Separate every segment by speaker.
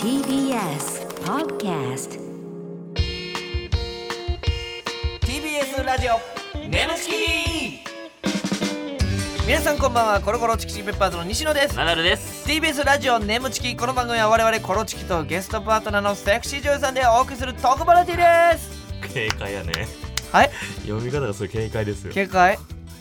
Speaker 1: TBS Podcast
Speaker 2: TBS ラジオネムチキ皆さんこんばんはコロコロチキチキペッパーズの西野です
Speaker 3: ナダルです。
Speaker 2: TBS ラジオネムチキこの番組は我々コロチキとゲストパートナーのセクシー女優さんでお送りするトークバラエティです
Speaker 3: 警戒やね。
Speaker 2: はい
Speaker 3: 読み方がすごい警戒ですよ。
Speaker 2: 警戒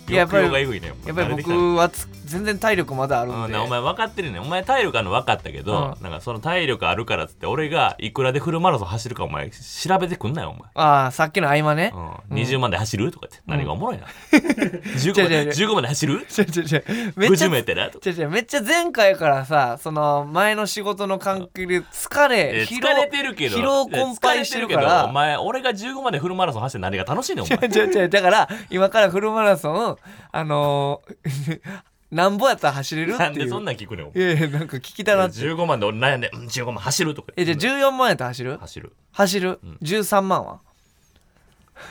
Speaker 2: いややっぱ
Speaker 3: 抑揚が
Speaker 2: り
Speaker 3: えぐいね。
Speaker 2: やっぱり
Speaker 3: 慣れてきたね
Speaker 2: 僕はつ全然体力まだある
Speaker 3: うんん
Speaker 2: で
Speaker 3: なお前分かってるね。お前体力あるの分かったけど、
Speaker 2: う
Speaker 3: なんかその体力あるからっつって、俺がいくらでフルマラソン走るかお前調べてくんなよ、お前。
Speaker 2: ああさっきの合間ね
Speaker 3: うん、20万で走るとか言って、何がおもろい な。
Speaker 2: 違う違う違う
Speaker 3: 15万で走る
Speaker 2: ちょちょちょめっちゃ
Speaker 3: ?50 メートルやとか。
Speaker 2: ちょちょめっちゃ前回からさその前の仕事の関係で疲
Speaker 3: え
Speaker 2: れ
Speaker 3: ー疲れてるけど、
Speaker 2: 疲労困憊してるから
Speaker 3: 疲れけどお前、俺が15までフルマラソン走って何が楽しいね ん、お前。
Speaker 2: 違う違うだから今からフルマラソンあのー、 なんぼやったら走れる
Speaker 3: な
Speaker 2: っ
Speaker 3: ん
Speaker 2: てい
Speaker 3: で
Speaker 2: う
Speaker 3: そんなん聞くねん、お前
Speaker 2: い。やいやなんか聞きたなって
Speaker 3: 15万で俺悩んで、うん15万走るとか
Speaker 2: えじ
Speaker 3: 言
Speaker 2: ゃ
Speaker 3: って。
Speaker 2: あ14万やったら走る
Speaker 3: 走る。
Speaker 2: 走る、13万は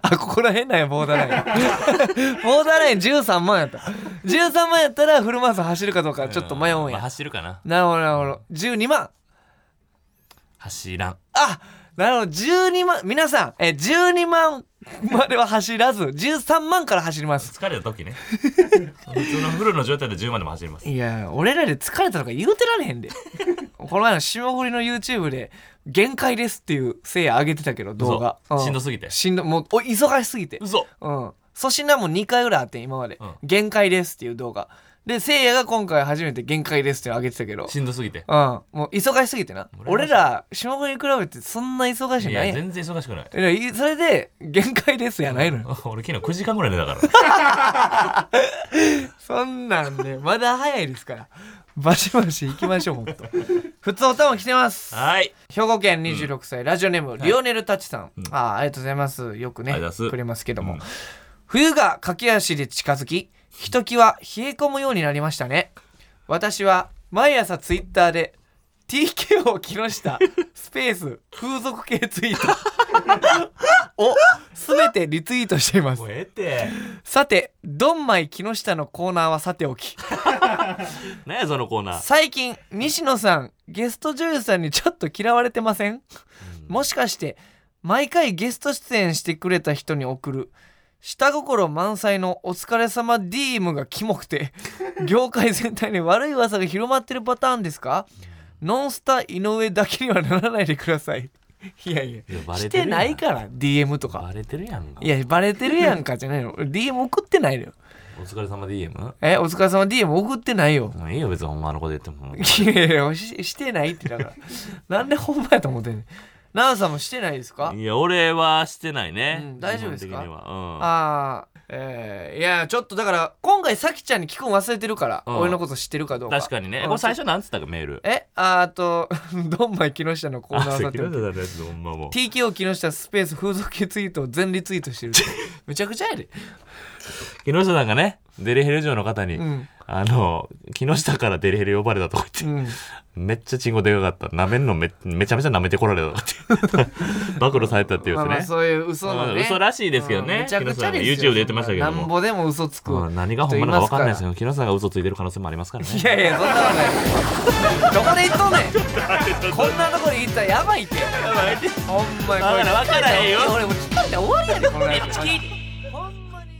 Speaker 2: あここら辺なんやボーダーライン ボーダーライン13万やった13万やったらフルマラソン走るかどうかちょっと迷うん
Speaker 3: まあ
Speaker 2: や、
Speaker 3: 走るかな。
Speaker 2: なるほどなるほど12万
Speaker 3: 走らん。
Speaker 2: あなるほど12万皆さんえ12万までは走らず13万から走ります
Speaker 3: 疲れた時ね。普通のフルの状態で10万でも走ります。
Speaker 2: いや俺らで疲れたのか言うてられへん でこの前の霜降りの YouTube で「限界です」っていうせいや上げてたけど動画、
Speaker 3: 嘘
Speaker 2: う
Speaker 3: しんどすぎて
Speaker 2: しんどもうお忙しすぎて
Speaker 3: 嘘
Speaker 2: うん粗品も2回ぐらいあってん今まで、
Speaker 3: うん
Speaker 2: 限界です」っていう動画でせいやが今回初めて「限界です」っていうの上げてたけど
Speaker 3: しんどすぎて。
Speaker 2: うんもう忙しすぎてな
Speaker 3: 羨ましい
Speaker 2: 俺ら霜降りに比べてそんな忙しい
Speaker 3: い
Speaker 2: のな
Speaker 3: や、
Speaker 2: いやん
Speaker 3: 全然忙しくない。
Speaker 2: いやいそれで「限界です」やないのよ
Speaker 3: 俺昨日9時間ぐらい寝たから。
Speaker 2: そんなんでまだ早いですからバシバシ行きましょうほんと普通おたも来てます
Speaker 3: はい。
Speaker 2: 兵庫県26歳、ラジオネームリオネルタチさん、あーありがとうございますよくね
Speaker 3: ありがとうございます
Speaker 2: くれますけども、
Speaker 3: うん
Speaker 2: 冬が駆け足で近づきひときわ冷え込むようになりましたね私は毎朝ツイッターで TKO 木下スペース風俗系ツイートを全てリツイートしています
Speaker 3: もうええって。
Speaker 2: さてドンマイ木下のコーナーはさておき
Speaker 3: 何やそのコーナー。
Speaker 2: 最近西野さんゲスト女優さんにちょっと嫌われてません、もしかして毎回ゲスト出演してくれた人に送る下心満載のお疲れ様 DM がキモくて 業界全体に悪い噂が広まってるパターンですかノンスタ井上だけにはならないでくださいいやいや
Speaker 3: いやバレ
Speaker 2: して
Speaker 3: るやん
Speaker 2: てないから DM とか
Speaker 3: バレてるやんか
Speaker 2: い。やバレてるやんかじゃないの DM 送ってないのよ
Speaker 3: お疲れ様 DM? も
Speaker 2: えお疲れ様 DM 送ってないよ
Speaker 3: ういいよ、別にほんまのこと言っても。
Speaker 2: いやいやししてないってだからなんでほんまやと思ってんねん奈良さんもしてないですか
Speaker 3: いや、俺はしてないうね
Speaker 2: ん。大丈夫ですか
Speaker 3: 基本的には
Speaker 2: ああえー、いやちょっとだから今回さきちゃんに聞くん忘れてるから、
Speaker 3: うん
Speaker 2: 俺のこと知ってるかどう
Speaker 3: う。
Speaker 2: んか
Speaker 3: 確かにね。
Speaker 2: うん
Speaker 3: これ最初なんつったか、メール。
Speaker 2: えああと ドンマイ木下のコーナーをさておき
Speaker 3: やつ、ほんまもう
Speaker 2: TKO 木下スペース風俗系ツイートを全リツイート してる めちゃくちゃやで
Speaker 3: 木下さんがね、デリヘル嬢の方に、
Speaker 2: うん
Speaker 3: あの、木下からデリヘル呼ばれたとか
Speaker 2: う
Speaker 3: 言って、
Speaker 2: ん
Speaker 3: めっちゃチンコでかかった。舐めんのめめちゃめちゃ舐めてこられたと かって。暴露されたっていう
Speaker 2: まあまあ
Speaker 3: やつね。
Speaker 2: そういう嘘のね、
Speaker 3: うん嘘らしいですけどね
Speaker 2: うんめちゃくちゃですよ
Speaker 3: 木下さんが YouTube で言ってましたけども
Speaker 2: なんぼでも嘘つく
Speaker 3: うん何が本物か分かんないです
Speaker 2: 人
Speaker 3: けど、木下さんが嘘ついてる可能性もありますからね。
Speaker 2: いやいや、そんなことない。どこで行っとんねん。こんなとこで行ったらやばいって。ほんまにこれ。
Speaker 3: わからんわからへんよ
Speaker 2: 俺もう聞かれて終わりやで、これ。ほんまに。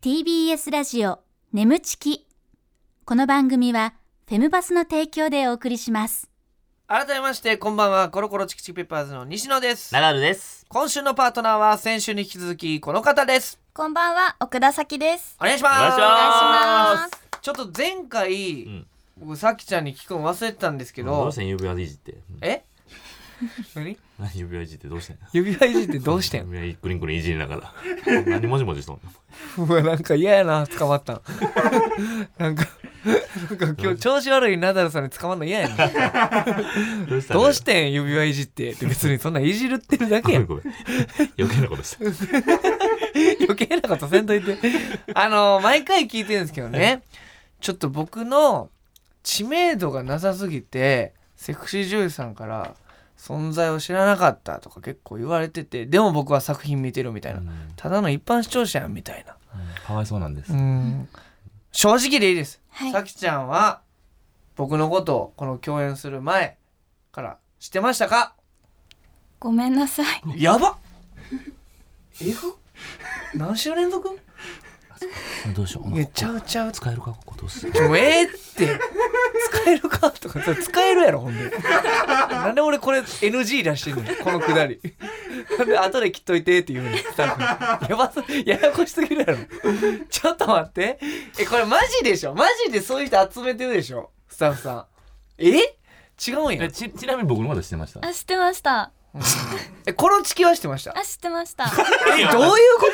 Speaker 1: TBS ラジオ眠ちきこの番組はフェムバスの提供でお送りします
Speaker 2: 改めまして、こんばんは、コロコロチキチキペッパーズの西野です
Speaker 3: ナ。ダルです。
Speaker 2: 今週のパートナーは、先週に引き続き、この方です。
Speaker 4: こんばんは、奥田咲です。
Speaker 2: お願いしま
Speaker 3: お願いし
Speaker 4: お
Speaker 3: ま
Speaker 4: 願いします。
Speaker 2: す。ちょっと前回、
Speaker 3: ん
Speaker 2: 僕さきちゃんに聞くの忘れてたんですけ
Speaker 3: ど
Speaker 2: ど
Speaker 3: うし、てん指輪いじって。
Speaker 2: え何
Speaker 3: 何指輪いじってどうしてん
Speaker 2: 指輪いじってどうしてん
Speaker 3: 指輪いくりんくりんいじりながら。何もじもじしとんの
Speaker 2: うわなんか嫌やな捕まったん なんかなんか今日調子悪いナダルさんに捕まんの嫌やねん
Speaker 3: どうした
Speaker 2: どうしてん指輪いじってって別にそんなんいじるってるだ
Speaker 3: ご
Speaker 2: け
Speaker 3: め
Speaker 2: や
Speaker 3: ん
Speaker 2: ん
Speaker 3: ごめん。余計なことした。
Speaker 2: 余計なことせんといてあの毎回聞いてるんですけどねちょっと僕の知名度がなさすぎてセクシー女優さんから存在を知らなかったとか結構言われててでも僕は作品見てるみたいなただの一般視聴者やんみたいな
Speaker 3: かわいそうなんです
Speaker 2: う。ん正直でいいです。
Speaker 4: はい
Speaker 2: さきちゃんは僕のことをこの共演する前から知ってましたか
Speaker 4: ごめんなさい。
Speaker 2: やばっえぐ何週連続
Speaker 3: どうしよう
Speaker 2: いやちゃうちゃう
Speaker 3: 使えるかここどうする
Speaker 2: もうええって使えるかとかそれ使えるやろほんでなんで俺これ NG 出してんのこのくだりなんで後で切っといてって言うのスタッフやばすややこしすぎるやろちょっと待ってえこれマジでしょマジでそういう人集めてるでしょスタッフさんえ違うんや
Speaker 3: えちちなみに僕のことしてました
Speaker 4: あ、知ってました。
Speaker 2: えコロチキはしてました
Speaker 4: あ、知ってました。
Speaker 2: えどういうこ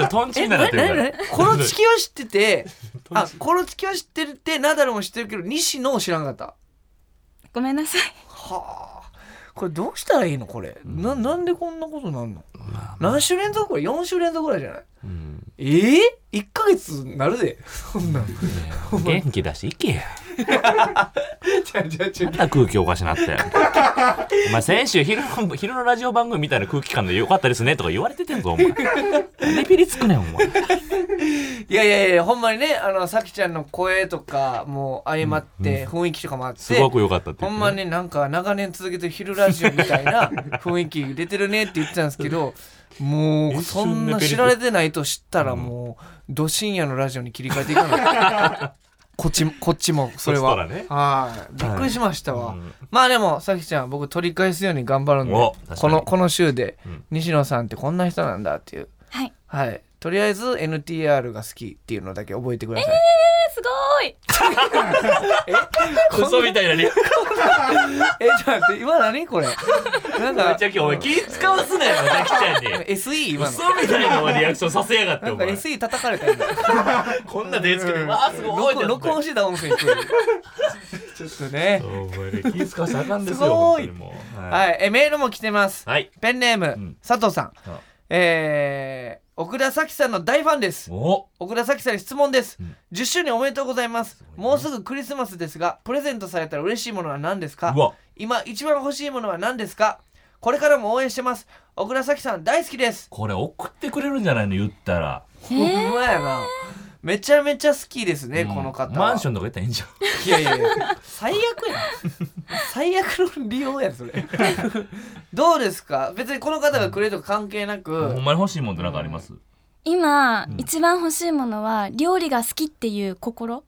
Speaker 2: と
Speaker 3: トンチンならってるから
Speaker 2: コロチキは知っててあコロチキは知ってるってナダルも知ってるけど西野を知らんかった
Speaker 4: ごめんなさい。
Speaker 2: はあこれどうしたらいいのこれ、ななんでこんなことなんの、何週連続これ4週連続ぐらいじゃない
Speaker 3: うん
Speaker 2: ええ1ヶ月なるでそんなん
Speaker 3: 元気だし行けや
Speaker 2: ちゃうちゃうちゃう
Speaker 3: また空気おかしなったよお前先週昼の昼のラジオ番組みたいな空気感でよかったですねとか言われててんぞお前レピリつくねんお前
Speaker 2: いやいやいやほんまにねあのさきちゃんの声とかも相まって、雰囲気とかもあって
Speaker 3: すごく良かったって
Speaker 2: ほ
Speaker 3: 言って
Speaker 2: んまになんか長年続けてる昼ラジオみたい な雰囲気出てるねって言ってたんですけどもう
Speaker 3: 一
Speaker 2: そ
Speaker 3: 瞬
Speaker 2: んな
Speaker 3: 抜ける
Speaker 2: 知られてないと知ったらもうど深夜のラジオに切り替えていかない こっちこっちもそれは
Speaker 3: そしたらね
Speaker 2: はいびっくりしましたわ、
Speaker 3: うん
Speaker 2: まあでもさきちゃん僕取り返すように頑張るんで
Speaker 3: お確かに
Speaker 2: このこの週で、
Speaker 3: うん
Speaker 2: 西野さんってこんな人なんだっていう
Speaker 4: はい。
Speaker 2: はいとりあえず NTR が好きっていうのだけ覚えてください、
Speaker 4: えすごーい。
Speaker 3: クソみたいなにめっ
Speaker 2: えちょっと待って今何これなんか
Speaker 3: ちゃ今日お前気使わすなよザキちゃんに
Speaker 2: SE
Speaker 3: ク
Speaker 2: 今の
Speaker 3: ソみたいなお前リアクションさせやがって
Speaker 2: な
Speaker 3: お
Speaker 2: んか
Speaker 3: 前
Speaker 2: SE 叩かれたよね
Speaker 3: こんな手つけてわあすごい
Speaker 2: 録録音してた音声に来 るちょっとね
Speaker 3: お前ね気使わせあかんです
Speaker 2: す
Speaker 3: よ
Speaker 2: ごい
Speaker 3: 本当にもうはい
Speaker 2: はいえメールも来てます
Speaker 3: はい
Speaker 2: ペンネーム、
Speaker 3: ん
Speaker 2: 佐藤さん
Speaker 3: あ
Speaker 2: えー、奥田咲さんの大ファンです
Speaker 3: お
Speaker 2: 奥田咲さんに質問です、
Speaker 3: うん
Speaker 2: 10周年おめでとうございます
Speaker 3: ごいね
Speaker 2: もうすぐクリスマスですがプレゼントされたら嬉しいものは何です
Speaker 3: う
Speaker 2: か
Speaker 3: わ
Speaker 2: 今一番欲しいものは何ですかこれからも応援してます奥田咲さん大好きです
Speaker 3: これ送ってくれるんじゃないの言ったら
Speaker 2: ほんまやなめちゃめちゃ好きですね、この方
Speaker 3: うんマンショ
Speaker 2: ン
Speaker 3: ンとか行ったらいいんじゃん
Speaker 2: いやいやいや最悪やん最悪の利用やそれどうですか別にこの方がくれるとか関係なく、
Speaker 3: ほんまに欲しいもんってなんかあります
Speaker 4: 今、
Speaker 3: ん
Speaker 4: 一番欲しいものは料理が好きっていう心。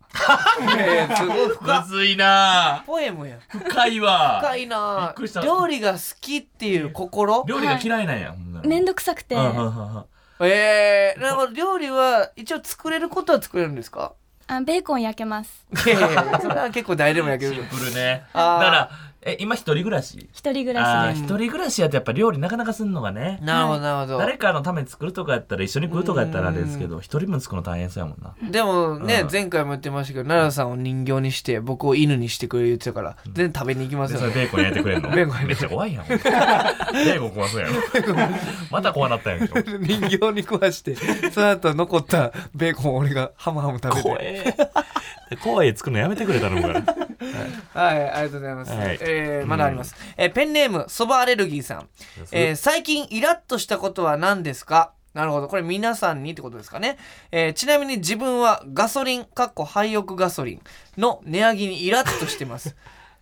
Speaker 2: いやいやすごい深
Speaker 3: む
Speaker 2: い
Speaker 3: ずいな
Speaker 2: ポエムやん
Speaker 3: 深いわ
Speaker 2: 深い
Speaker 3: び
Speaker 2: な
Speaker 3: っくりした
Speaker 2: 料理が好きっていう心
Speaker 3: 料理が嫌いなんや、ほんなら
Speaker 4: めんどくさくて。
Speaker 3: うんうんうんうん
Speaker 2: えー、なんか料理は一応作れることは作れるんですか
Speaker 4: あ、ベーコン焼けます。
Speaker 2: いやいやいやそれは結構誰でもやけど
Speaker 3: シンプルねだ
Speaker 2: あー
Speaker 3: からえ今一人暮らし
Speaker 4: 一人暮
Speaker 3: あ
Speaker 4: ら
Speaker 3: ー
Speaker 4: しで
Speaker 3: 一人暮らしやとやっぱ料理なかなかすんのがね
Speaker 2: なるほどなるほど
Speaker 3: 誰かのために作るとかやったら一緒に食うとかやったらあれですけど一人分作るの大変そうやもんな
Speaker 2: でもね、
Speaker 3: うん
Speaker 2: 前回も言ってましたけど奈良さんを人形にして僕を犬にしてくれ言ってたから全然食べに行きます
Speaker 3: で
Speaker 2: よ
Speaker 3: それ
Speaker 2: ね、
Speaker 3: ベーコン焼いてくれんの
Speaker 2: ベーコン焼いて
Speaker 3: めっちゃ怖いやんベーコン怖そうやろまた怖なったやんけ
Speaker 2: 人形に食わ してその後残ったベーコンを俺がハムハム食べ
Speaker 3: 怖
Speaker 2: て
Speaker 3: え怖い作るのやめてくれたのから
Speaker 2: はいありがとうございます、
Speaker 3: はい
Speaker 2: えーまだあります、えーペンネームそばアレルギーさん、えー最近イラッとしたことは何ですかなるほどこれ皆さんにってことですかね、えーちなみに自分はガソリンかっこ廃屋ガソリンの値上げにイラッとしてます、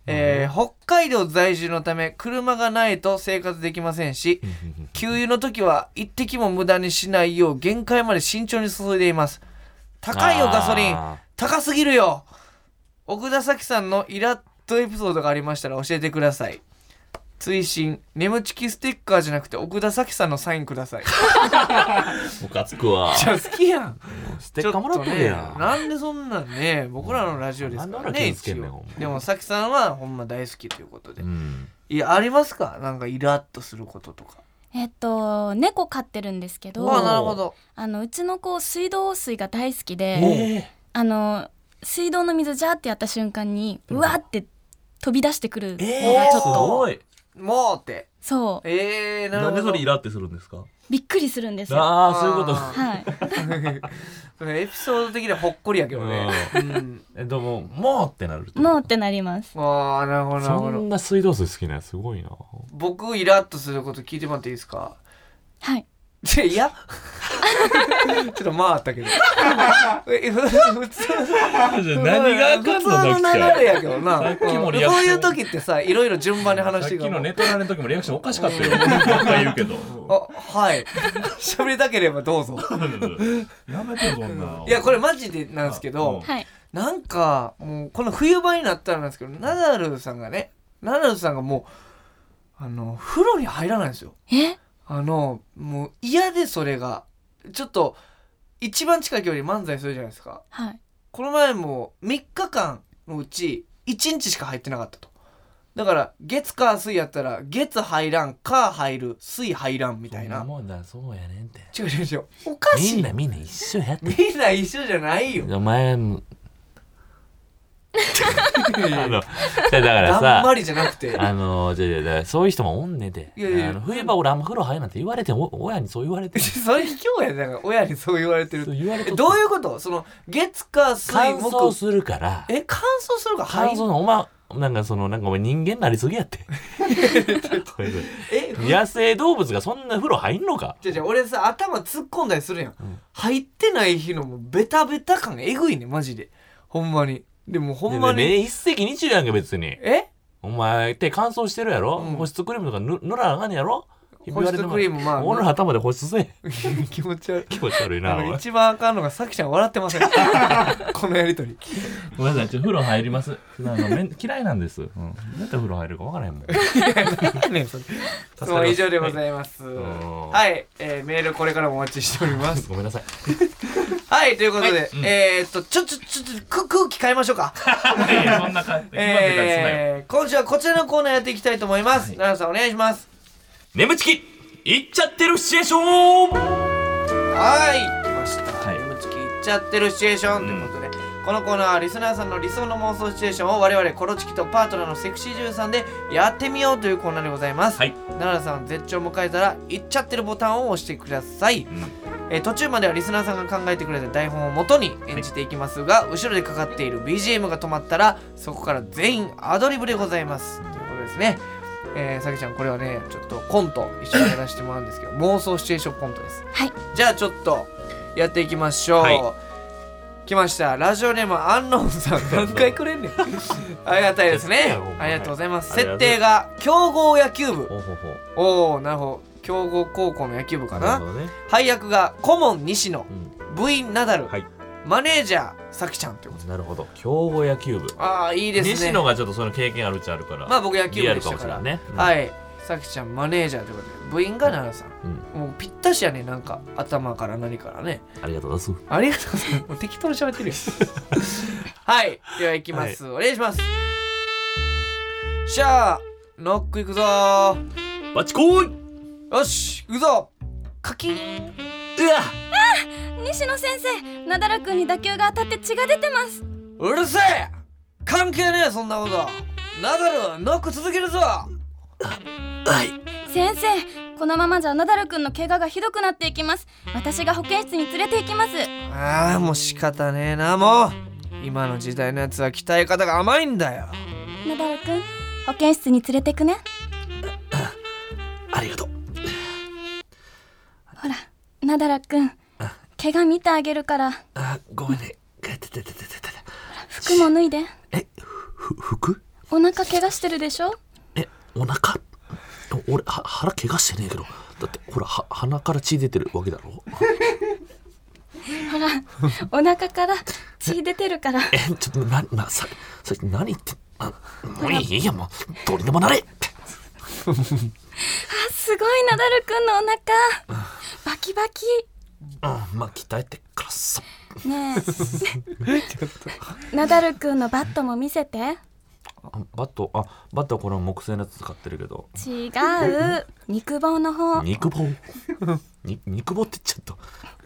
Speaker 2: えー北海道在住のため車がないと生活できませんし給油の時は一滴も無駄にしないよう限界まで慎重に注いでいます高いよガソリン
Speaker 3: あ
Speaker 2: 高すぎるよ奥田咲さんのイラッとエピソードがありましたら教えてください追伸眠ちきステッカーじゃなくて奥田咲さんのサインください
Speaker 3: ームカつくわ
Speaker 2: じゃあ好きやん
Speaker 3: ステッカーもらっとるや
Speaker 2: ちょっとね
Speaker 3: ん
Speaker 2: なんでそんなんね僕らのラジオですから
Speaker 3: なんで俺
Speaker 2: ね
Speaker 3: 傷つけんねん
Speaker 2: 一応
Speaker 3: ほんま
Speaker 2: でも咲さんはほんま大好きということで、
Speaker 3: うん
Speaker 2: いやありますかなんかイラッとすることとか
Speaker 4: えっと、猫飼ってるんですけ
Speaker 2: あ
Speaker 3: お
Speaker 4: ど、
Speaker 3: ー
Speaker 2: なるほど
Speaker 4: あの、うちの子、水道水が大好き
Speaker 3: え
Speaker 4: で、
Speaker 3: ー
Speaker 4: あの水道の水ジャーってやった瞬間にうわーって飛び出してくるの
Speaker 3: え
Speaker 4: が
Speaker 3: ー
Speaker 4: ちょっ
Speaker 3: す
Speaker 4: と、
Speaker 3: ごい
Speaker 2: もうって
Speaker 4: そう
Speaker 2: えー、なる
Speaker 3: な
Speaker 2: ほ
Speaker 3: ん
Speaker 2: ど
Speaker 3: でそれイラってするんですか
Speaker 4: びっくりするんですよ。
Speaker 3: ああそういうこと
Speaker 2: あ
Speaker 4: はい、
Speaker 2: それエピソード的にはほっこりやけどね、うん
Speaker 3: えでももうってなる
Speaker 4: もうってなります。
Speaker 2: ああなるほどなる
Speaker 3: そ
Speaker 2: ほど
Speaker 3: んな水道水好きなんやすごいな
Speaker 2: 僕イラッとすること聞いてもらっていいですか
Speaker 4: はい。
Speaker 2: いや ちょっと回ったけどえふ普通
Speaker 3: 何があかんの
Speaker 2: 普通の
Speaker 3: さっ
Speaker 2: 流れやけどな
Speaker 3: さっきも
Speaker 2: こう
Speaker 3: リアクション
Speaker 2: いう時ってさいろいろ順番に
Speaker 3: き
Speaker 2: 話してい
Speaker 3: さっ
Speaker 2: く
Speaker 3: き
Speaker 2: の
Speaker 3: のネタの時もリアクションおかしかったよ。何回言うけど。
Speaker 2: あはい喋りたければどうぞ
Speaker 3: やめてそんな。
Speaker 2: いやこれマジでなんですけ
Speaker 3: うん
Speaker 2: ど
Speaker 4: はい
Speaker 2: なんかもうこの冬場になったらなんですけどナダルさんがねナダルさんがもうあの風呂に入らないんですよ
Speaker 4: え
Speaker 2: あのもう嫌でそれがちょっと一番近い距離で漫才するじゃないですか
Speaker 4: はい
Speaker 2: この前も3日間のうち1日しか入ってなかったとだから月火水やったら月入らん火入る水入らんみたい
Speaker 3: そん
Speaker 2: な
Speaker 3: もんだそうやねんって。
Speaker 2: 違う違う違うおかしい
Speaker 3: みんなみんな一緒やって。
Speaker 2: みんな一緒じゃない よ
Speaker 3: お前も。あの、だから
Speaker 2: だんま
Speaker 3: さ、
Speaker 2: りじゃなく て
Speaker 3: あの、じゃあじゃあじゃあそういう人もおんねんで。
Speaker 2: いやいや
Speaker 3: あの冬場俺あんま風呂入らなんて言われてん、お親にそう言われてん。
Speaker 2: それ卑怯やでだから親にそう言われてる
Speaker 3: そう言われ
Speaker 2: え
Speaker 3: て
Speaker 2: どういうことその月火水
Speaker 3: 乾燥
Speaker 2: 木
Speaker 3: するから。
Speaker 2: え乾燥するから
Speaker 3: 乾
Speaker 2: 入
Speaker 3: 燥
Speaker 2: る
Speaker 3: のお前、なんかその、なんかお前人間になりすぎ やって。こいつ
Speaker 2: えふ
Speaker 3: 野生動物がそんな風呂入んのか
Speaker 2: じゃじゃ俺さ頭突っ込んだりするやん、
Speaker 3: ん
Speaker 2: 入ってない日のもうベタベタ感えぐいねマジでほんまにでもほんま
Speaker 3: ね
Speaker 2: に
Speaker 3: ね一石二鳥やんけ別に
Speaker 2: え
Speaker 3: お前手乾燥してるやろ、
Speaker 2: うん
Speaker 3: 保湿クリームとか塗塗らなあかんねやろ
Speaker 2: 保湿クリームまあ
Speaker 3: 俺の頭で保湿せえ
Speaker 2: 気持ち悪い
Speaker 3: 気持ち悪い
Speaker 2: あ
Speaker 3: なお
Speaker 2: の
Speaker 3: い
Speaker 2: 一番あかんのがさきちゃん笑ってません このやりとり
Speaker 3: ごめんなさいちょっと風呂入りますなんかめん嫌いなんです、うん、どうやって風呂入るか分からへんもん
Speaker 2: 何やねんそれ
Speaker 3: ます
Speaker 2: もう以上でございます
Speaker 3: ん
Speaker 2: はい、えーメールこれからもお待ちしております
Speaker 3: ごめんなさい
Speaker 2: はい、ということで、えーっと、ちょ、ちょ、ちょ、ちょく空気変えましょうか。
Speaker 3: そんな感じ
Speaker 2: えー、今週はこちらのコーナーやっていきたいと思います。奈良さんお願いします。
Speaker 3: 眠ちきいっちゃってるシチュエーション
Speaker 2: はい、来ました。
Speaker 3: はい
Speaker 2: ムチキいっちゃってるシチュエーションということで、このコーナーはリスナーさんの理想の妄想シチュエーションを我々コロチキとパートナーのセクシー女優さんでやってみようというコーナーでございます。
Speaker 3: はい、
Speaker 2: 奈良さんは絶頂を迎えたら、いっちゃってるボタンを押してください。
Speaker 3: うん
Speaker 2: えー途中まではリスナーさんが考えてくれた台本を元に演じていきますが、後ろでかかっている BGM が止まったらそこから全員アドリブでございますということですねえー、さきちゃんこれはねちょっとコント一緒にやらせてもらうんですけど妄想シチュエーションコントです
Speaker 4: はい
Speaker 2: じゃあちょっとやっていきましょう、
Speaker 3: はい
Speaker 2: 来ましたラジオネームアンノンさん何回くれんねん ありがたいです
Speaker 3: 絶対
Speaker 2: ね
Speaker 3: やろお前
Speaker 2: ありがとうございます
Speaker 3: ありがとう
Speaker 2: 設定が強豪野球部
Speaker 3: ほうほうほう
Speaker 2: おおなるほど強豪高校の野球部かな
Speaker 3: なるほどね、
Speaker 2: 配役が顧問西野
Speaker 3: う
Speaker 2: 部員ナダル、
Speaker 3: はい
Speaker 2: マネージャーさきちゃんってこと
Speaker 3: ん、なるほど強豪野球部
Speaker 2: ああいいですね
Speaker 3: 西野がちょっとその経験あるっちゃあるから
Speaker 2: まあ僕野球
Speaker 3: リア
Speaker 2: 部でし
Speaker 3: ルか
Speaker 2: た
Speaker 3: もし
Speaker 2: か
Speaker 3: れ
Speaker 2: ら
Speaker 3: ないね、うん
Speaker 2: はいさきちゃんマネージャーということで部員が奈良さん、
Speaker 3: うん
Speaker 2: もうぴったしやねなんか頭から何からね
Speaker 3: ありがとうございます
Speaker 2: ありがとうございますもう適当に喋ってる よはいではいきます、お願いしますしゃあノックいくぞー
Speaker 3: バチコーイ
Speaker 2: よし行くぞカキン
Speaker 3: うわ
Speaker 4: 西野先生なだらくんに打球が当たって血が出てます
Speaker 2: うるせえ関係ねえそんなことナダルはノック続けるぞ
Speaker 3: はい
Speaker 4: 先生このままじゃなだらくんの怪我がひどくなっていきます私が保健室に連れて行きます
Speaker 2: ああもう仕方ねえなもう今の時代のやつは鍛え方が甘いんだよ
Speaker 4: なだらくん保健室に連れてくね
Speaker 3: ありがとう
Speaker 4: ほらなだらくん怪我見てあげるから
Speaker 3: あごめんねててててててて
Speaker 4: 服も脱いで
Speaker 3: えふ服
Speaker 4: お腹怪我してるでしょ
Speaker 3: えお腹俺は腹怪我してねえけどだってほらは鼻から血出てるわけだろ
Speaker 4: ほらお腹から血出てるから
Speaker 3: えちょっとななささっき何言ってあもういいいいやもうどうにでもな
Speaker 4: あ
Speaker 3: れ
Speaker 4: すごいなだるくんのお腹バキバキ
Speaker 3: うんまあ鍛えてからさ
Speaker 4: ねえなだるくんのバットも見せて違う
Speaker 3: あバットあバットはこの木製のやつ使ってるけど
Speaker 4: 肉棒の方お
Speaker 3: 肉棒に肉棒ってちょっと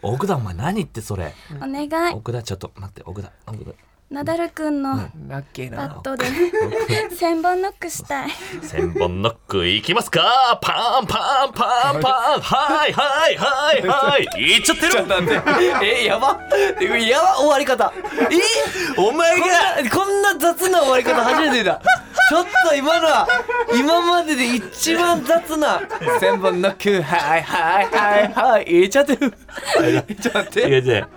Speaker 3: 奥田お前何言ってそれ
Speaker 4: 願い
Speaker 3: 奥田ちょっと待って奥田奥田
Speaker 4: なだるくんの
Speaker 2: なっけえ
Speaker 4: バッ
Speaker 2: な
Speaker 4: トで 千本ノックしたい
Speaker 3: 千本ノックいきますかパンパンパンパンはいはいはいはいいっちゃってる
Speaker 2: なんで えやばえやば終わり方え
Speaker 3: お前が
Speaker 2: こんなこんな雑な終わり方初めて見たちょっと今のは今までで一番雑な千本の9はいはいはいはい言えちゃってるちょっと待っ
Speaker 3: 違
Speaker 2: て
Speaker 3: う違う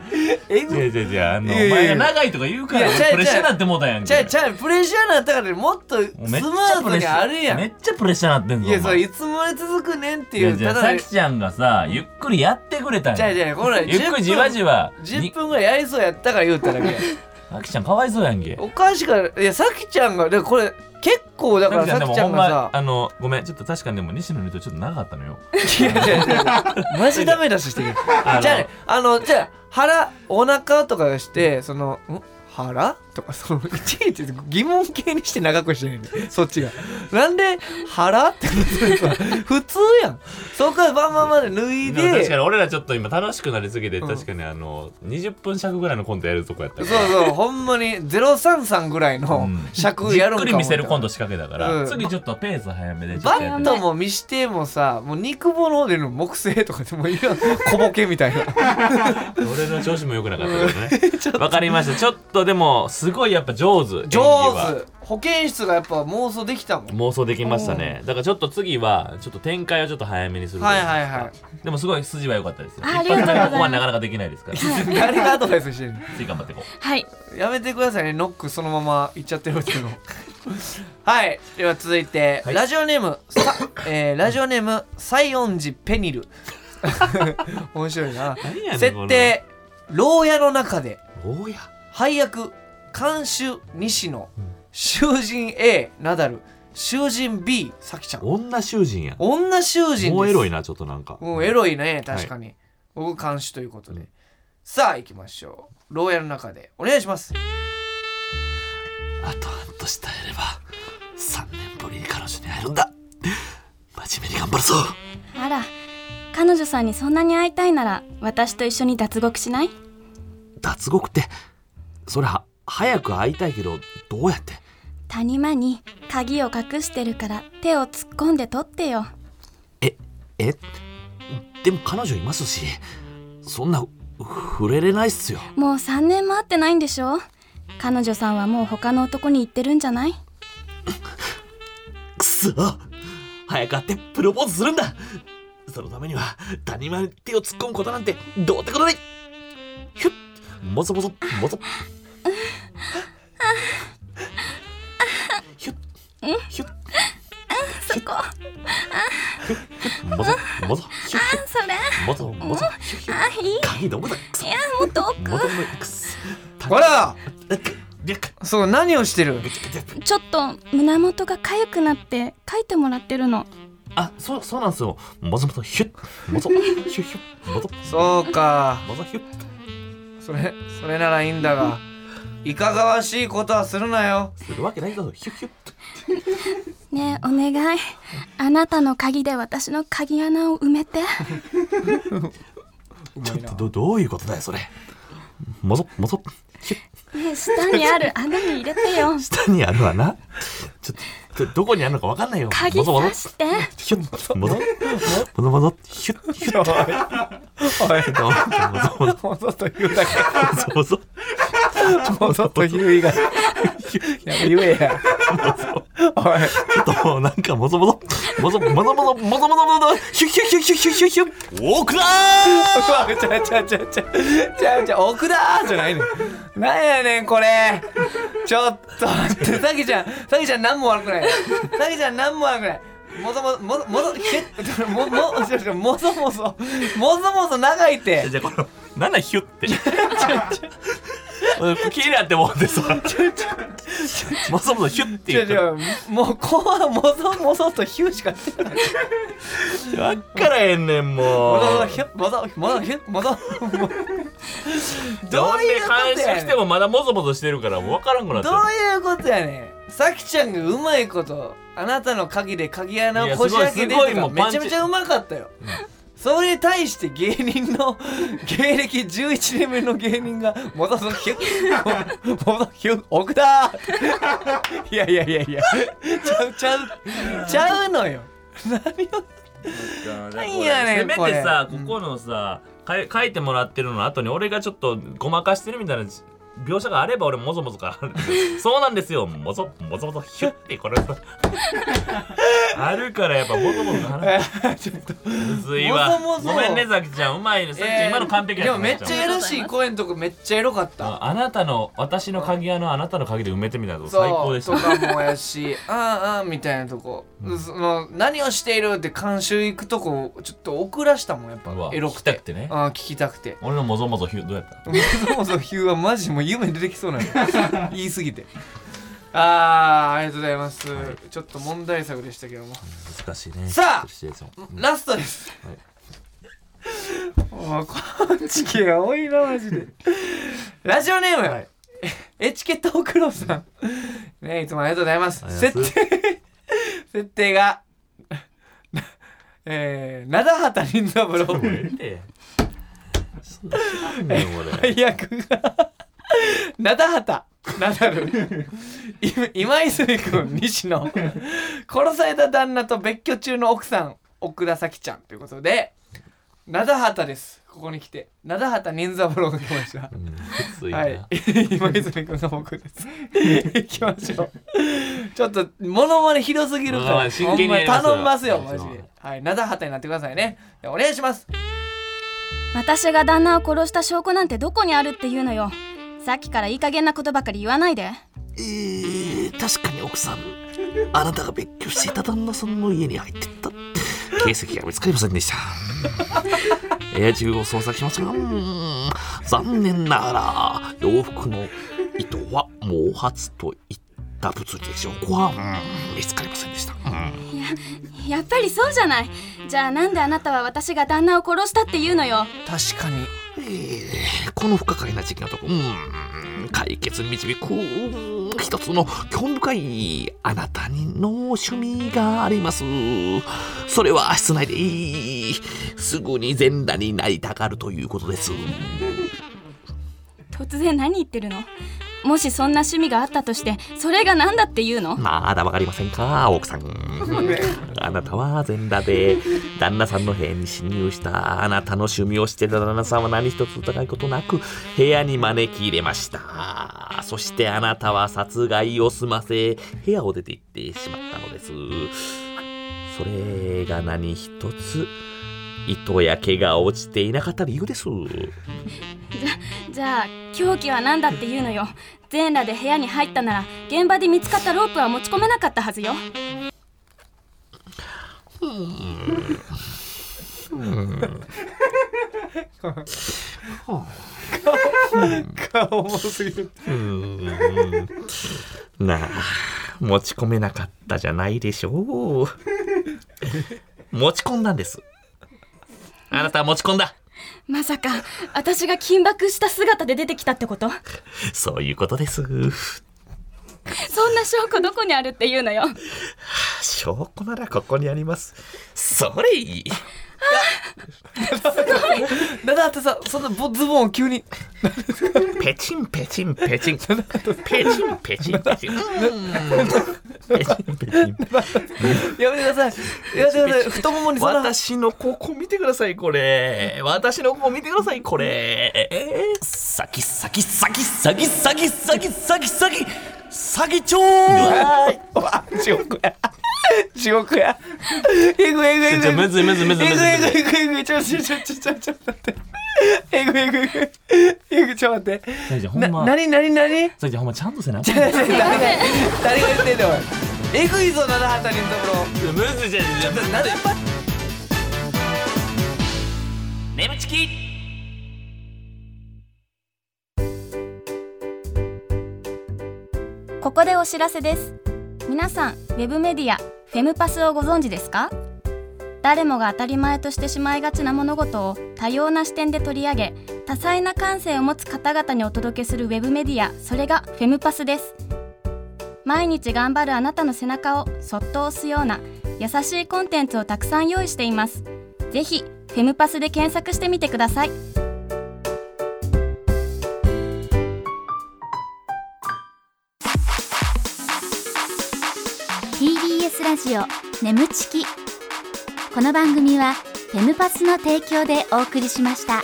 Speaker 2: え
Speaker 3: 違う違う違うあの
Speaker 2: いやいやい
Speaker 3: お
Speaker 2: や
Speaker 3: 前が長いとか言うから
Speaker 2: いや違う違う
Speaker 3: プレッシャーなってもうたやんけ
Speaker 2: じゃあじゃあプレッシャーなったからもっとス
Speaker 3: も
Speaker 2: ム
Speaker 3: うめっちゃ
Speaker 2: ーズ
Speaker 3: プレッ
Speaker 2: に
Speaker 3: シャー
Speaker 2: あるやん
Speaker 3: めっちゃプレッシャーなってんぞ
Speaker 2: いや
Speaker 3: お
Speaker 2: そ
Speaker 3: 前
Speaker 2: れいつまで続くねんって
Speaker 3: い
Speaker 2: い
Speaker 3: や
Speaker 2: う
Speaker 3: じゃあ
Speaker 2: ただ
Speaker 3: さきちゃんがさゆっくりやってくれたん
Speaker 2: じゃあ
Speaker 3: や
Speaker 2: じゃあこれ
Speaker 3: ゆっくりじわじわに
Speaker 2: 10分ぐらいやりそうやったから言うただけ
Speaker 3: さきちゃんかわいそうやんけ
Speaker 2: おかしいからいやさきちゃんがでこれ結構だからさ
Speaker 3: さきちゃん
Speaker 2: き
Speaker 3: でも
Speaker 2: ち
Speaker 3: ほ
Speaker 2: ゃん
Speaker 3: ん
Speaker 2: が
Speaker 3: ま
Speaker 2: さ
Speaker 3: あのごめんちょっと確かにでも西野の人ちょっと長かったのよ
Speaker 2: いやいやいやマジダメ出ししてるじゃあねあのじゃあ腹お腹とかがしてそのん腹とかその いちいち疑問形にして長くしてるんでそっちがなんで腹って普通やんそこからバンバンまで脱い
Speaker 3: でも確か
Speaker 2: で
Speaker 3: に俺らちょっと今楽しくなりすぎ
Speaker 2: う
Speaker 3: て、
Speaker 2: ん
Speaker 3: 確かにあの20分尺ぐらいのコントやるとこやっ
Speaker 2: そ
Speaker 3: た
Speaker 2: う
Speaker 3: から
Speaker 2: そうほんまに033ぐらいの
Speaker 3: うん
Speaker 2: 尺やるんか
Speaker 3: じっくり見せる
Speaker 2: 思
Speaker 3: コ
Speaker 2: っ
Speaker 3: ン
Speaker 2: た
Speaker 3: ト仕掛けだから、
Speaker 2: うん
Speaker 3: 次ちょっとペース早めでちょっ
Speaker 2: バ
Speaker 3: とや
Speaker 2: ッ
Speaker 3: って
Speaker 2: トも見してもさもう肉棒の方での木製とかでもいい よ小ボケみたいな
Speaker 3: 俺の調子も良くなかった けどねわかりましたちょっとでもすごいやっぱ上手演技は
Speaker 2: 上手保健室がやっぱ妄想できたもん
Speaker 3: 妄想できましたねだからちょっと次はちょっと展開をちょっと早めにすると
Speaker 2: はいはいはい
Speaker 3: でもすごい筋は良かったですよ
Speaker 4: あありがとうございます
Speaker 3: 一発目のここはなかなかできないですから
Speaker 2: 誰がアドバイスしてるの
Speaker 3: 次頑張っていこう
Speaker 4: はい
Speaker 2: やめてくださいねノックそのまま行っちゃってるって いうのはいでは続いて、
Speaker 3: はい
Speaker 2: ラジオネームさ、えーラジオネームサイオンジペニ ル面白いな
Speaker 3: 何やねん
Speaker 2: 設定牢屋の中で
Speaker 3: おや
Speaker 2: 配役監修西野囚人 A ナダル囚人 B さきちゃん
Speaker 3: 女囚人や
Speaker 2: 女囚人です
Speaker 3: もうエロいなちょっとなんか
Speaker 2: もうエロいね確かに、僕監視ということで、さあ行きましょう牢屋の中でお願いします
Speaker 3: あと半年耐えれば3年ぶりに彼女に会えるんだ真面目に頑張るぞ
Speaker 4: あら彼女さんにそんなに会いたいなら私と一緒に脱獄しない
Speaker 3: 脱獄ってそれは早く会いたいけどどうやって
Speaker 4: 谷間に鍵を隠してるから手を突っ込んで取ってよ
Speaker 3: ええでも彼女いますしそんな触れれないっすよ
Speaker 4: もう3年も会ってないんでしょ彼女さんはもう他の男に行ってるんじゃない
Speaker 3: くそ早く会ってプロポーズするんだそのためには谷間に手を突っ込むことなんてどうってことないひゅっもぞもぞもぞひゅっひゅっ
Speaker 4: そこあ
Speaker 3: もぞもぞひゅっひゅっ
Speaker 4: それ
Speaker 3: もぞもぞひゅっひゅっ
Speaker 4: あいい
Speaker 3: 鍵どこだくそ
Speaker 4: いやもっと奥
Speaker 3: もぞもぞくそ
Speaker 2: ほら
Speaker 3: りゃく
Speaker 2: そう何をしてる
Speaker 4: ちょっと胸元が痒くなって書いてもらってるの
Speaker 3: あそうそうなんですよもぞもぞひゅっもぞひゅっひゅっもぞ
Speaker 2: そうか
Speaker 3: もぞひゅっ
Speaker 2: それそれならいいんだがいかがわしいことはするなよ
Speaker 3: するわけないだろひゅっひゅっ
Speaker 4: ねえお願いあなたの鍵で私の鍵穴を埋めて
Speaker 2: うま
Speaker 3: ちょっ
Speaker 2: いな
Speaker 3: とどどういうことだよそれもぞもぞひゅっ
Speaker 4: ねえ下にある穴に入れてよ
Speaker 3: 下にあるわなちょっとどどこにあるのかわかんないよ
Speaker 4: 鍵
Speaker 3: もぞも
Speaker 4: 刺
Speaker 3: ぞ
Speaker 4: して
Speaker 3: ひゅっもぞもぞもぞひゅっひゅっ
Speaker 2: おい
Speaker 3: もぞもぞ
Speaker 2: 戻っと言うだけ
Speaker 3: もぞ
Speaker 2: 戻っと言う以外やっぱ言えやおい
Speaker 3: ちょっともうなんかもぞもぞもぞもぞもぞもぞもぞもぞひゅっひゅっひゅっひゅっひゅっひゅっおくらー
Speaker 2: ちゃうちゃうちゃうちゃうちゃうちゃう奥だーじゃないねんなんやねんこれちょっと待ってさきちゃんさきちゃん何も悪くないさきちゃん何も悪くないもぞもぞもぞもぞひゅっもももぞもぞもぞもぞもぞ長いって
Speaker 3: じゃあこのなんだヒュって 俺気になってもうてさもうそもそもヒュって
Speaker 2: 違
Speaker 3: 言
Speaker 2: う
Speaker 3: うから
Speaker 2: 違うもうこはもぞもぞとひゅしか言ってない
Speaker 3: 分からへんね んも
Speaker 2: も
Speaker 3: う
Speaker 2: ぞもぞひゅもぞもぞひゅもぞもど
Speaker 3: ど
Speaker 2: うんい
Speaker 3: で
Speaker 2: う
Speaker 3: 監
Speaker 2: こと
Speaker 3: 視
Speaker 2: やね
Speaker 3: し
Speaker 2: ん
Speaker 3: てもまだもぞもぞしてるからもう分からんくなっち
Speaker 2: ど
Speaker 3: ゃ
Speaker 2: うい
Speaker 3: う
Speaker 2: うことやねんさきちゃんがうまいことあなたの鍵で鍵穴
Speaker 3: い
Speaker 2: を
Speaker 3: や
Speaker 2: こじ開けてと
Speaker 3: すごいすごい
Speaker 2: か
Speaker 3: もう
Speaker 2: め
Speaker 3: パン
Speaker 2: ち
Speaker 3: チ
Speaker 2: ゃめちゃうまかったよ、それに対して芸人の芸歴11年目の芸人が「もたそヒュッもたヒュッ奥だ!」いやいやいやいやちゃうちゃうちゃうのよ何をなんやね
Speaker 3: せ
Speaker 2: ん
Speaker 3: め
Speaker 2: これ
Speaker 3: てさここのさかい書いてもらってるの後に俺がちょっとごまかしてるみたいな
Speaker 5: 描写があれば俺もぞもぞからそうなんですよもぞもぞもぞヒュッて これあるからやっぱもぞもぞが腹
Speaker 2: ちょっと
Speaker 5: むずいわ
Speaker 2: もぞもぞ
Speaker 5: ごめんねザキちゃんうまいねさきちゃん、
Speaker 2: えー
Speaker 5: 今の完璧や
Speaker 2: でもめっちゃエ
Speaker 4: や
Speaker 2: ロしい声のとこめっちゃエロかった
Speaker 5: ああなたの私の鍵穴あなたの鍵で埋めてみたいなとこ
Speaker 2: そう
Speaker 5: 最高でした
Speaker 2: とかもやし あんあんみたいなとこ、
Speaker 5: うん
Speaker 2: その何をしているって監修行くとこちょっと遅らしたもんやっぱ
Speaker 5: うわ
Speaker 2: エロく
Speaker 5: 聞きた
Speaker 2: て
Speaker 5: くてね
Speaker 2: あー聞きたくて
Speaker 5: 俺のもぞもぞヒュッどうやった
Speaker 2: そもそもヒューはマジもう夢に出てきそう なの言い過ぎてあーありがとうございます、
Speaker 5: はい
Speaker 2: ちょっと問題作でしたけども
Speaker 5: 難しいね
Speaker 2: さあ
Speaker 5: シチュエーション
Speaker 2: ラストです、
Speaker 5: はい
Speaker 2: おいこんちきが多いなマジでラジオネーム、
Speaker 5: はい
Speaker 2: エチケットおくろさんねいつもありがとうございます
Speaker 5: ありがとうご
Speaker 2: 設
Speaker 5: ざ
Speaker 2: 定設定がえー、灘畑任三
Speaker 5: も
Speaker 2: 郎
Speaker 5: うええでそんな知らんねん俺
Speaker 2: 配役が灘畑ナダルい今泉君西野殺された旦那と別居中の奥さん奥田咲ちゃんということで灘畑ですここに来て灘畑任三郎が来ました
Speaker 5: うんきついな、
Speaker 2: はい今泉君が 僕です行きましょうちょっとモノマネ広すぎるか
Speaker 5: モノマ
Speaker 2: ら
Speaker 5: ネ真剣にやり
Speaker 2: ほ
Speaker 5: ま
Speaker 2: ん
Speaker 5: す
Speaker 2: ま頼んます
Speaker 5: は
Speaker 2: よ
Speaker 5: い
Speaker 2: マジではい灘畑になってくださいねでお願いします
Speaker 4: 私が旦那を殺した証拠なんてどこにあるっていうのよさっきからいい加減なことばかり言わないで
Speaker 3: えー確かに奥さんあなたが別居していた旦那さんの家に入ってった形跡が見つかりませんで した部屋中を捜索しましたがうーん残念ながら洋服の糸は毛髪といった物理的証拠はうーん見つかりませんでしたうーん
Speaker 4: やっぱりそうじゃないじゃあなんであなたは私が旦那を殺したっていうのよ
Speaker 2: 確かに
Speaker 3: えーこの不可解な時期のとこうーん解決に導くうーん一つの興味深いあなたにの趣味がありますそれは室内でいいすぐに全裸になりたがるということです
Speaker 4: 突然何言ってるのもしそんな趣味があったとしてそれが何だっていうの
Speaker 3: まだわかりませんか奥さんあなたは全裸で旦那さんの部屋に侵入したあなたの趣味をしていた旦那さんは何一つ疑うことなく部屋に招き入れましたそしてあなたは殺害を済ませ部屋を出て行ってしまったのですそれが何一つ糸や毛が落ちていなかった理由です
Speaker 4: じゃあ凶器は何だっていうのよ全裸で部屋に入ったなら現場で見つかったロープは持ち込めなかったはずよ
Speaker 2: 顔重すぎる
Speaker 3: うーんなあ持ち込めなかったじゃないでしょう 持ち込んだんですあなたは持ち込んだ
Speaker 4: まさか私が緊縛した姿で出てきたってこと
Speaker 3: そういうことです
Speaker 4: そんな証拠どこにあるっていうのよ
Speaker 3: 証拠ならここにありますそれいい
Speaker 2: 灘畑さんそんなボズボンを急に
Speaker 3: ペチンペチンペチンペチンペチンペチンペチンペチンペチン
Speaker 2: やめてください。やめてください。太ももにそんな。
Speaker 3: 私のここ見てくださいこれ私のここ見てくださいこれ
Speaker 5: サキサキサキサキサキサキサキサキサキ超
Speaker 2: うわ地獄や。地獄や。えぐえぐえぐ。
Speaker 5: ちょむずいむずいむずいむずい
Speaker 2: えぐえぐえぐえぐ。ちょちょちょちょちょちょ待って。えぐえぐえぐ。えぐちょ待って。
Speaker 5: サキちゃんほ
Speaker 2: なん
Speaker 5: ま
Speaker 2: になになに。
Speaker 5: サキちゃんほんまちゃんとせなむ
Speaker 2: 誰が誰が言ってんだよおい。えぐいぞ七畑林三郎。
Speaker 5: ずいじゃんじゃん
Speaker 2: 七畑。
Speaker 5: 眠ちき
Speaker 4: ここでお知らせです皆さんウェブメディアフェムパスをご存知ですか誰もが当たり前としてしまいがちな物事を多様な視点で取り上げ多彩な感性を持つ方々にお届けするウェブメディアそれがフェムパスです毎日頑張るあなたの背中をそっと押すような優しいコンテンツをたくさん用意していますぜひフェムパスで検索してみてください
Speaker 6: す TBS ラジオ眠ちきこの番組はフェムパスの提供でお送りしました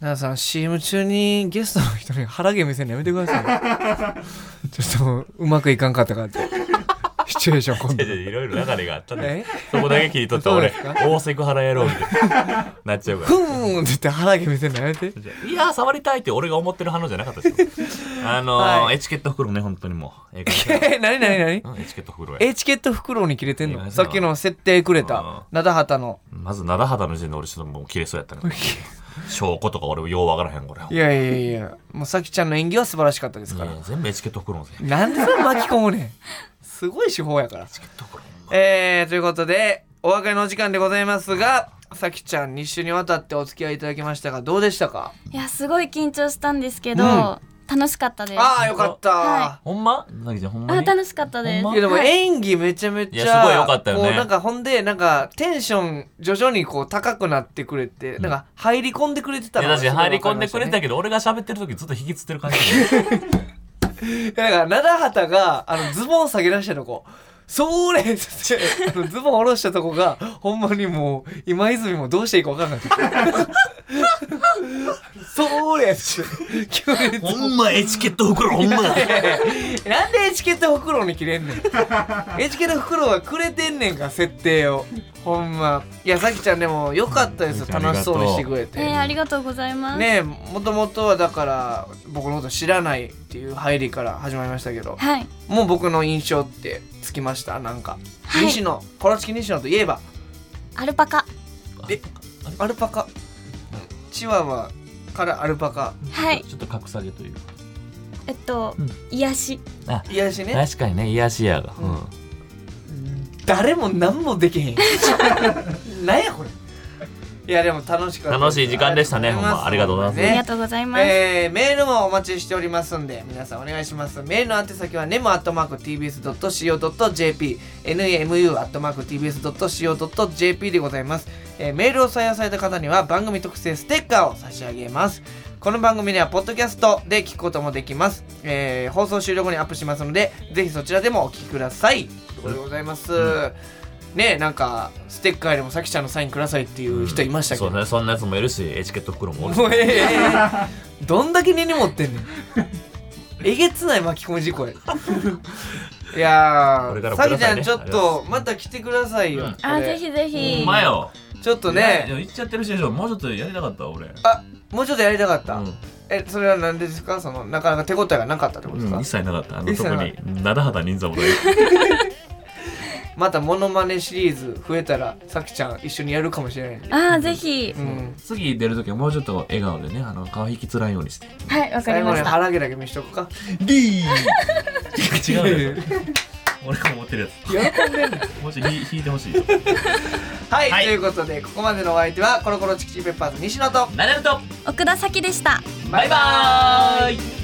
Speaker 2: 奈々さん CM 中にゲストの人に腹毛見せるのやめてくださいちょっともううまくいかんかったからってシチュエーション今度
Speaker 3: いやいやいろいろ流れがあったんで
Speaker 2: え
Speaker 3: そこだけ切り取って俺
Speaker 2: そうです
Speaker 3: 大セクハラ野郎みたいななっちゃうか
Speaker 2: ふーんって言って腹毛見せるのやめて
Speaker 3: らいやー触りたいって俺が思ってる反応じゃなかったですよあのー
Speaker 2: はい
Speaker 3: エチケット袋ね本当にもうええか
Speaker 2: え何何何
Speaker 3: うんエチケット袋や
Speaker 2: エチケット袋に切れてん
Speaker 3: いや
Speaker 2: のさっきの設定くれた灘畑の
Speaker 3: まず灘肌の時点で俺ちょっともう切れそうやったね証拠とか俺もようわからへんこれ
Speaker 2: いやいやいやもうさきちゃんの演技は素晴らしかったですから
Speaker 3: いや全部エチケット袋のぜエ
Speaker 2: なんでそれ巻き込む ねんすごい手法やから
Speaker 3: チケット袋
Speaker 2: えー、ということでお別れのお時間でございますがさきちゃん2週にわたってお付き合いいただきましたがどうでしたか
Speaker 4: いやすごい緊張したんですけど、
Speaker 2: うん
Speaker 4: 楽しかったです
Speaker 2: ああよかった、
Speaker 4: は
Speaker 3: ほんまさきちゃんほんま
Speaker 4: あ
Speaker 3: に
Speaker 4: 楽しかったです
Speaker 3: ほんま
Speaker 2: いやでも
Speaker 4: はい
Speaker 2: 演技めちゃめちゃ
Speaker 3: いやすごい良かったよね
Speaker 2: こうなんかほんでなんかテンション徐々にこう高くなってくれて、なんか入り込んでくれてた
Speaker 3: い
Speaker 2: の
Speaker 3: や
Speaker 2: が
Speaker 3: だし入り込んで
Speaker 2: す
Speaker 3: く
Speaker 2: ごい
Speaker 3: れ
Speaker 2: わか
Speaker 3: てた
Speaker 2: り
Speaker 3: けど俺が喋ってる時ずっと引きつってる感 じ
Speaker 2: ましたねいやだから灘畑があのズボン下げ出したとこそれっつってあのズボン下ろしたとこがほんまにもう今泉もどうしていいか分かんなかったそれっつって急に
Speaker 3: ほんまエチケット袋ほんま
Speaker 2: なんでエチケット袋に切れんねんエチケット袋はくれてんねんか設定をほんまいやさきちゃんでもよかったですよ楽しそうにしてくれて
Speaker 4: えーありがとうございます、
Speaker 2: ねえもともとはだから僕のこと知らないっていう入りから始まりましたけど
Speaker 4: はい
Speaker 2: もう僕の印象ってつきましたなんか、
Speaker 4: はい
Speaker 2: 西野コロチキ西野といえば
Speaker 4: アルパカ
Speaker 2: えアルパカチワワからアルパカ
Speaker 4: はい
Speaker 3: ちょっと格下げというか
Speaker 4: えっと、
Speaker 3: うん
Speaker 4: 癒し
Speaker 2: 癒やしね
Speaker 3: 確かにね癒しやが、
Speaker 2: うん
Speaker 3: うん
Speaker 2: 誰も何もでき へんなんやこれいやでも楽しかった
Speaker 3: 楽しい時間でしたねほんまありがとうございます
Speaker 4: あり
Speaker 2: ね
Speaker 4: がとうございます、
Speaker 2: えーメールもお待ちしておりますんで皆さんお願いしますメールの宛先は nemu.tbs.co.jp nemu.tbs.co.jp でございます、えーメールを採用された方には番組特製ステッカーを差し上げますこの番組ではポッドキャストで聞くこともできます、えー放送終了後にアップしますのでぜひそちらでもお聞きくださいということでございます、ねえなんかステッカーよりもさきちゃんのサインくださいっていう人いましたけど、
Speaker 3: そうねそんなやつもいるしエチケット袋もおるし
Speaker 2: もうええどんだけ根に持ってんねんえげつない巻き込み事故やいや
Speaker 3: これから
Speaker 2: ー
Speaker 3: も
Speaker 2: さき
Speaker 3: くだ
Speaker 2: ち
Speaker 3: さ
Speaker 2: ゃ
Speaker 3: いね
Speaker 2: んちょっとまた来てくださいよ、
Speaker 3: うん
Speaker 4: あ
Speaker 2: これ
Speaker 4: ぜひぜひ
Speaker 3: ほんまよ
Speaker 2: ちょっと
Speaker 3: いや
Speaker 2: ね
Speaker 3: いっちゃってるしでしょもうちょっとやりたかった俺
Speaker 2: あもうちょっとやりたかった、
Speaker 3: うん
Speaker 2: えそれは何でですかそのなかなか手応えがなかったってことですか、
Speaker 3: うん、一切なかったあの
Speaker 2: 一切なか
Speaker 3: 特
Speaker 2: っ
Speaker 3: に灘畑任三郎
Speaker 2: またモノマネシリーズ増えたらさきちゃん一緒にやるかもしれない
Speaker 4: あーぜひ
Speaker 2: う、ん
Speaker 3: 次出る時はもうちょっと笑顔でねあの顔引きつらんようにして
Speaker 4: はいわかり
Speaker 2: 最後
Speaker 4: ま
Speaker 2: に
Speaker 4: した
Speaker 2: 腹毛だけ見しとくか
Speaker 3: リー違うよ
Speaker 2: いや
Speaker 3: 俺が持ってるや
Speaker 2: 喜んでんねん
Speaker 3: つもしひ引いてほしい
Speaker 2: はい、
Speaker 3: はい
Speaker 2: ということでここまでのお相手はコロコロチキチキペッパーズ西野と
Speaker 3: なれると
Speaker 4: 奥田咲でした
Speaker 3: バイバーイ